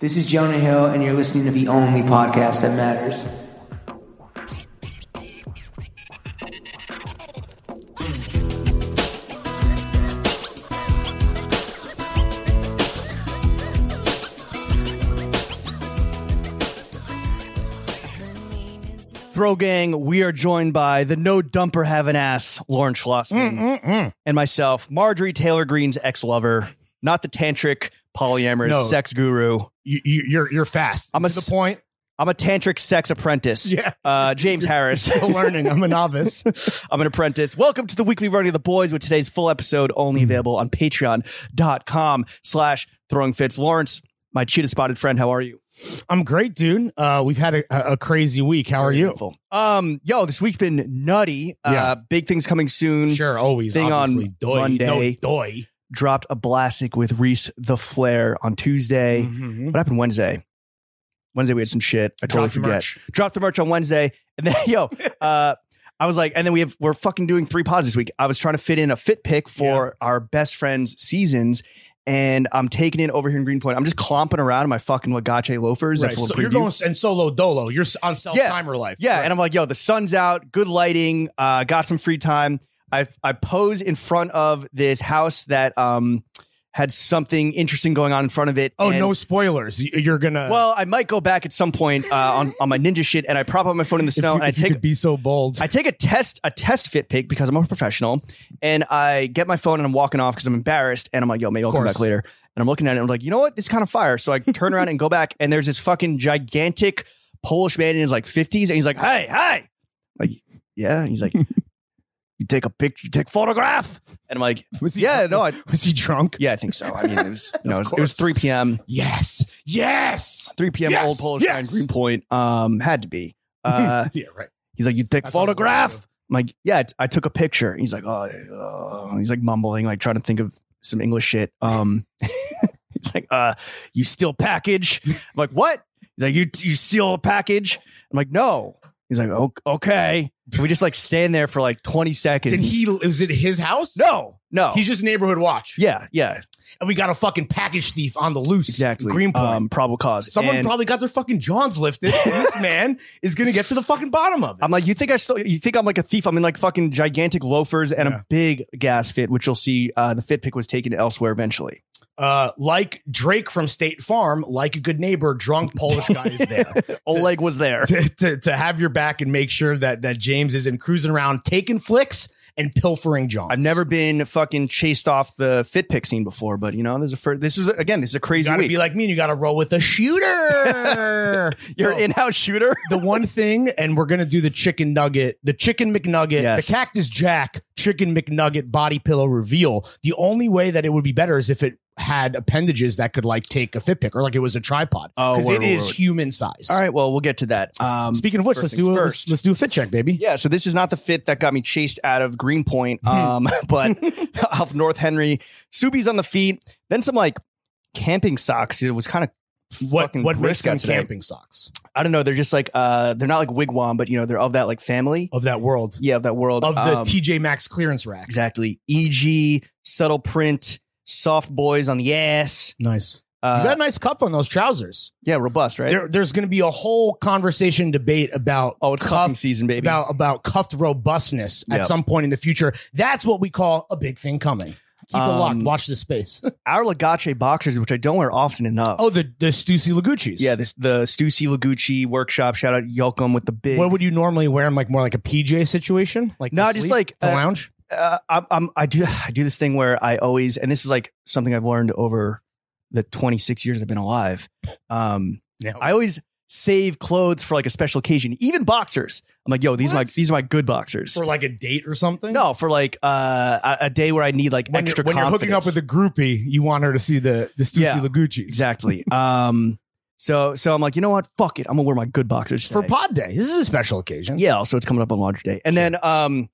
This is Jonah Hill, and you're listening to the only podcast that matters. Throw Gang, we are joined by the no dumper have an ass, Lauren Schlossman, Mm, and myself, Marjorie Taylor Greene's ex lover, not the tantric polyamorous No. sex guru. You, you, you're you're fast. I'm a to the s- point. I'm a tantric sex apprentice. Yeah. Uh, James Harris. Still learning. I'm a novice. I'm an apprentice. Welcome to the weekly running of the boys with today's full episode Mm. only available on patreon.com slash throwing fits. Lawrence, my cheetah spotted friend, how are you? I'm great, dude. Uh, we've had a, a crazy week. How are you? Beautiful. Um, yo, this week's been nutty. Yeah. Uh, big things coming soon. Sure, always. Thing on obviously. Doi. Monday. No, doi. Dropped a blastic with Reese the Flair on Tuesday. Mhm. What happened Wednesday? Wednesday we had some shit. I totally Dropped forget. merch. Dropped the merch on Wednesday, and then yo, uh, I was like, and then we have we're fucking doing three pods this week. I was trying to fit in a fit pick for our best friends seasons, and I'm taking it over here in Greenpoint. I'm just clomping around in my fucking Wagache loafers. Right. That's a little So you're preview. going and solo dolo. You're s- on self timer life. Yeah, Right. and I'm like, yo, the sun's out, good lighting, uh, got some free time. I I pose in front of this house that um had something interesting going on in front of it. oh, and- no uh. spoilers. You- You're gonna. well, I might go back at some point uh, on on my ninja shit, and I prop up my phone in the if snow, you, and I if you take could be so bold. I take a test a test fit pic because I'm a professional, and I get my phone and I'm walking off because I'm embarrassed, and I'm like, yo, maybe I'll come course. back later. And I'm looking at it, and I'm like, you know what? It's kind of fire. So I turn around and go back, and there's this fucking gigantic Polish man in his like 50s, and he's like, hey, hey, like yeah, and he's like. You take a picture, you take photograph, and I'm like, Was he- yeah, no, I, Was he drunk? yeah, I think so. I mean, it was, you know, it was, it course. was 3 p.m. Yes. Yes. 3 p.m. Yes, Old Polish yes. guy in Greenpoint. Um, had to be. Uh, yeah. Right. he's like, you take That's what I'm photograph. gonna I'm like, yeah, t- I took a picture. He's like, oh, uh," he's like mumbling, like trying to think of some English shit. Um, he's like, uh, you steal package. I'm like, what? He's like, you you steal a package. I'm like, no. He's like, "O- okay. And we just like stand there for like 20 seconds. Did he? Was it his house? No, no. He's just neighborhood watch. yeah, yeah, And we got a fucking package thief on the loose. exactly. in Greenpoint. Um, probable cause. Someone And- probably got their fucking jaws lifted. and this man is going to get to the fucking bottom of it. I'm like, you think I still? You think I'm like a thief? I'm in like fucking gigantic loafers and Yeah. a big gas fit, which you'll see. Uh, the fit pick was taken elsewhere eventually. Uh, like Drake from State Farm, like a good neighbor, drunk Polish guy is there Oleg was there. to, to, to have your back and make sure that, that James isn't cruising around taking flicks and pilfering Johns. I've never been fucking chased off the fit pick scene before, but you know, there's a first, this is again, this is a You crazy got to week. be like me and you got to roll with a shooter. You're No, an in-house shooter. The one thing, and we're going to do the chicken nugget, the chicken McNugget, Yes. the Cactus Jack chicken McNugget body pillow reveal. The only way that it would be better is if it had appendages that could like take a fit pick or like it was a tripod. Oh, Because word, it word, is word. human size. All right, well, we'll get to that. Um, Speaking of which, First let's things do a, first. let's, let's do a fit check, baby. yeah, so this is not the fit that got me chased out of Greenpoint, um, but off North Henry. Subies on the feet, then some like camping socks. It was kind of What fucking what makes brisk out them today. camping socks I don't know. They're just like uh, they're not like wigwam, but you know they're of that like family. of that world Yeah, of that world of the Um, TJ Maxx clearance rack? exactly. E.g. subtle print, soft boys on the ass. Nice. Uh, you got a nice cuff on those trousers. yeah, robust, right? There, there's going to be a whole conversation debate about Oh, it's cuffing cuff season, baby. about about cuffed robustness Yeah. at some point in the future. That's what we call a big thing coming. Keep it Um, locked. Watch this space. Our Legace boxers, which I don't wear often enough. oh, the the Stussy Laguchis. yeah, this, the Stussy Lagucci workshop. Shout out Yokum with the big. What would you normally wear? 'em, like more like a PJ situation, like No, to just sleep? like, the uh, lounge. uh, I'm, I'm, I do I do this thing where I always, and this is like something I've learned over the 26 years I've been alive. Um, No. I always save clothes for like a special occasion, even boxers. I'm like, yo, these are my What? these are my good boxers. for like a date or something. no, for like uh, a, a day where I need like when, extra. you're, when you're hooking up confidence. with a groupie, you want her to see the the Stussy Yeah, Laguchis exactly. um, so so I'm like, you know what? Fuck it, I'm gonna wear my good boxers for today. Pod Day. This is a special occasion. Yeah, also it's coming up on launch day. And then um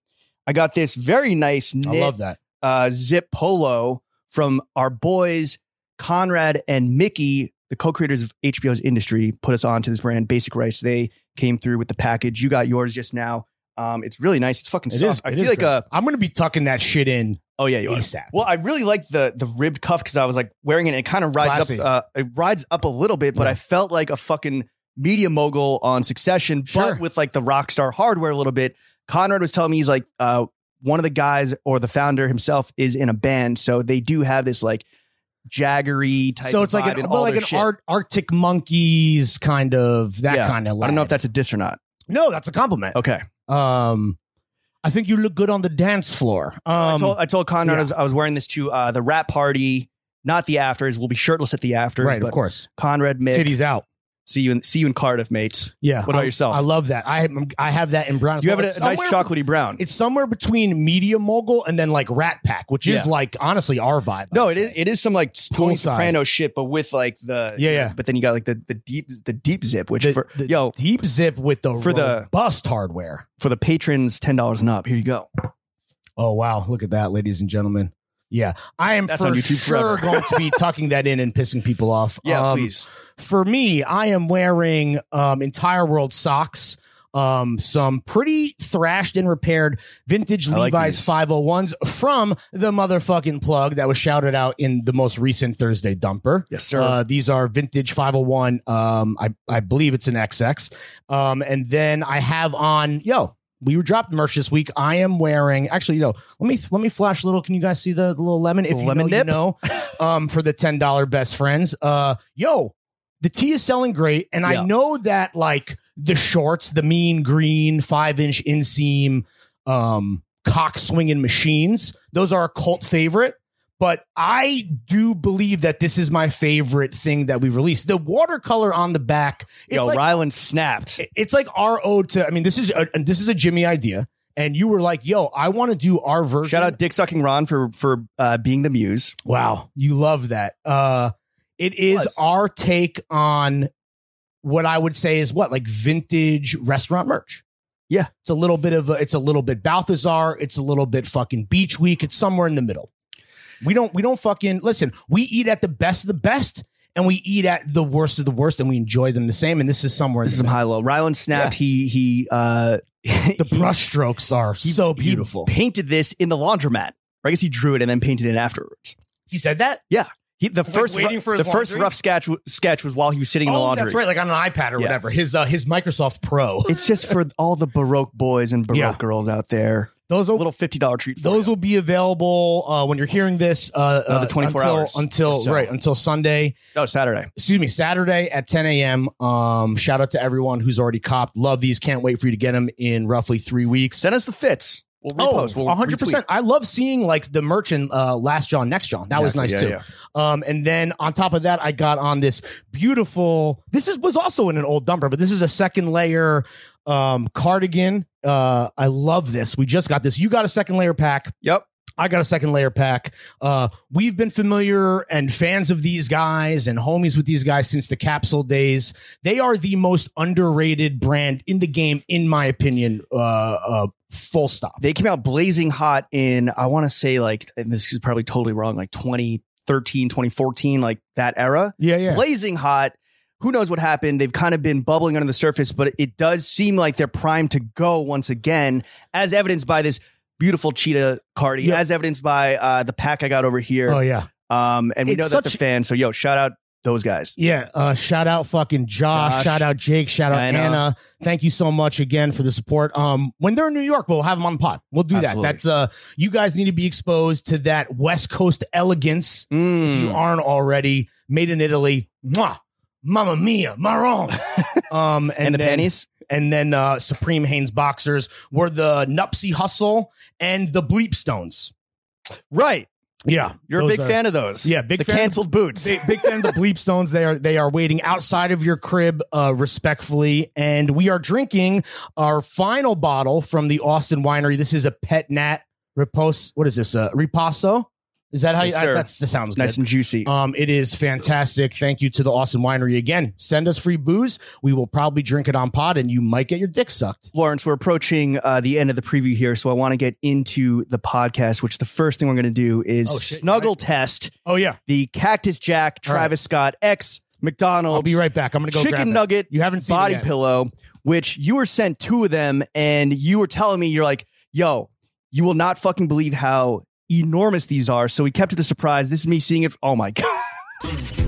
I got this very nice I love knit that. uh, zip polo from our boys Conrad and Mickey, the co-creators of HBO's Industry, put us on to this brand Basic Rice. They came through with the package. You got yours just now. Um, it's really nice. It's fucking It soft. is. I it feel is like great. a I'm going to be tucking that shit in Oh yeah, you are. ASAP. Well, I really liked the the ribbed cuff because I was like wearing it. And it kind of rides Classy. up. Uh, it rides up a little bit, but Yeah. I felt like a fucking media mogul on Succession, Sure. but with like the rock star hardware a little bit. Conrad was telling me he's like uh, one of the guys or the founder himself is in a band, so they do have this like jaggery type. so it's of like vibe an, in well, all like their an shit. art, Arctic Monkeys kind of that Yeah. kind of. I don't know lad. if that's a diss or not. no, that's a compliment. Okay. Um, I think you look good on the dance floor. Um, I told, I told Conrad yeah. I, was, I was wearing this to uh, the rap party, not the afters. We'll be shirtless at the afters. right, but of course. Conrad, Mick, Titties out. see you in see you in Cardiff, mates. Yeah. What about I- yourself? I love that. I I'm- I have that in brown. as You well. have a, It's a nice somewhere- chocolatey brown. It's somewhere between media mogul and then like Rat Pack, which is Yeah. like honestly our vibe. no, I'd it is, say. it is some like Tony Poolside. Soprano shit, but with like the Yeah, yeah. But then you got like the, the deep the deep zip, which The- for the yo deep zip with the For the- bust hardware. for the patrons ten dollars and up. Here you go. Oh wow, look at that, ladies and gentlemen. Yeah, I am That's for on YouTube sure forever. going to be tucking that in and pissing people off. Yeah, Um, please. For me, I am wearing um, entire world socks, um, some pretty thrashed and repaired vintage I like Levi's these. 501s from the motherfucking plug that was shouted out in the most recent Thursday dumper. Yes, sir. Uh, these are vintage 501. Um, I, I believe it's an XX. Um, and then I have on, yo, we were dropped merch this week. I am wearing, actually, yo, let me, let me flash a little. Can you guys see the, the little lemon? If The you lemon know, you dip? know, um, for the $10 best friends, uh, yo, the tea is selling great. And I Yeah. know that like the shorts, the mean green five inch inseam, um, cock swinging machines, those are a cult favorite but I do believe that this is my favorite thing that we've released. The watercolor on the back, it's yo, like Ryland snapped. it's like our ode to. I mean, this is a, this is a Jimmy idea, and you were like, "Yo, I want to do our version." Shout out Dick Sucking Ron for for uh, being the muse. Wow, you love that. Uh, it is was. our take on what I would say is what like vintage restaurant merch. Yeah. it's a little bit of a, it's a little bit Balthazar. It's a little bit fucking Beach Week. It's somewhere in the middle. We don't we don't fucking listen. We eat at the best of the best, and we eat at the worst of the worst, and we enjoy them the same. And this is somewhere. This is in some the, middle. high low. Ryland snapped. He he uh the brush strokes are so he beautiful. painted this in the laundromat. Or I guess he drew it and then painted it afterwards. He said that. He, the Like first waiting ru- for the his first laundry? rough sketch sketch was while he was sitting in the Oh, laundry. that's right, like on an iPad or Yeah. whatever. His uh, his Microsoft Pro. It's just for all the Baroque boys and Baroque Yeah. girls out there. Those A are little fifty dollar treat. For Those you. will be available uh, when you're hearing this. Uh, Another uh, 24 until, hours until or so. right until Sunday. oh Saturday. Excuse me, Saturday at 10 a.m. Um, shout out to everyone who's already copped. Love these. Can't wait for you to get them in roughly three weeks. Send us the fits. We'll repost. oh, we'll 100 percent. retweet. I love seeing like the merch in uh, Last John, Next John. That was nice Exactly. too. Yeah, Um, and then on top of that, I got on this beautiful. This is was also in an old dumper, but this is a second layer um, cardigan. Uh, I love this. We just got this. You got a second layer pack. Yep. I got a second layer pack. Uh, we've been familiar and fans of these guys and homies with these guys since the capsule days. They are the most underrated brand in the game, in my opinion. Uh, uh, full stop. They came out blazing hot in I want to say like and this is probably totally wrong like 2013, 2014, like that era. Yeah, yeah. blazing hot. Who knows what happened? They've kind of been bubbling under the surface, but it does seem like they're primed to go once again, as evidenced by this beautiful cheetah cardi, Yep. as evidenced by uh, the pack I got over here. Oh yeah, Um, and we It's know that they're such- fans. So, yo, shout out those guys. yeah. Uh, shout out fucking Josh. Josh. Shout out Jake. Shout out Diana. Anna. Thank you so much again for the support. Um, when they're in New York, we'll have them on the pod. We'll do Absolutely. that. That's uh, you guys need to be exposed to that West Coast elegance. if you Mm. aren't already. Made in Italy. Mwah. Mamma mia, marron. um, and, and, the then, pennies. And then uh, Supreme Haynes boxers were the Nupsy Hustle and the Bleepstones. Right. Yeah. You're a those big are- fan of those. Yeah, big the fan of- canceled boots. Big, big fan of the Bleepstones. They are they are waiting outside of your crib, uh, respectfully, and we are drinking our final bottle from the Austin Winery. This is a Pet Nat Repos. What is this? Uh, Ripasso? Is that how Yes, you? I, sir. that's that sounds good. nice and juicy. Um, it is fantastic. Thank you to the Austin Winery again. Send us free booze. We will probably drink it on pod, and you might get your dick sucked. Lawrence, we're approaching uh, the end of the preview here, so I want to get into the podcast. Which the first thing we're going to do is Oh, shit, you're snuggle test Oh yeah, the Cactus Jack, All right. Travis Scott, X McDonald's, I'll be right back. I'm gonna go grab it. chicken nugget, You haven't seen body it yet. pillow, which you were sent two of them, and you were telling me you're like, yo, you will not fucking believe how enormous these are. So we kept it the surprise. This is me seeing it. Oh my God.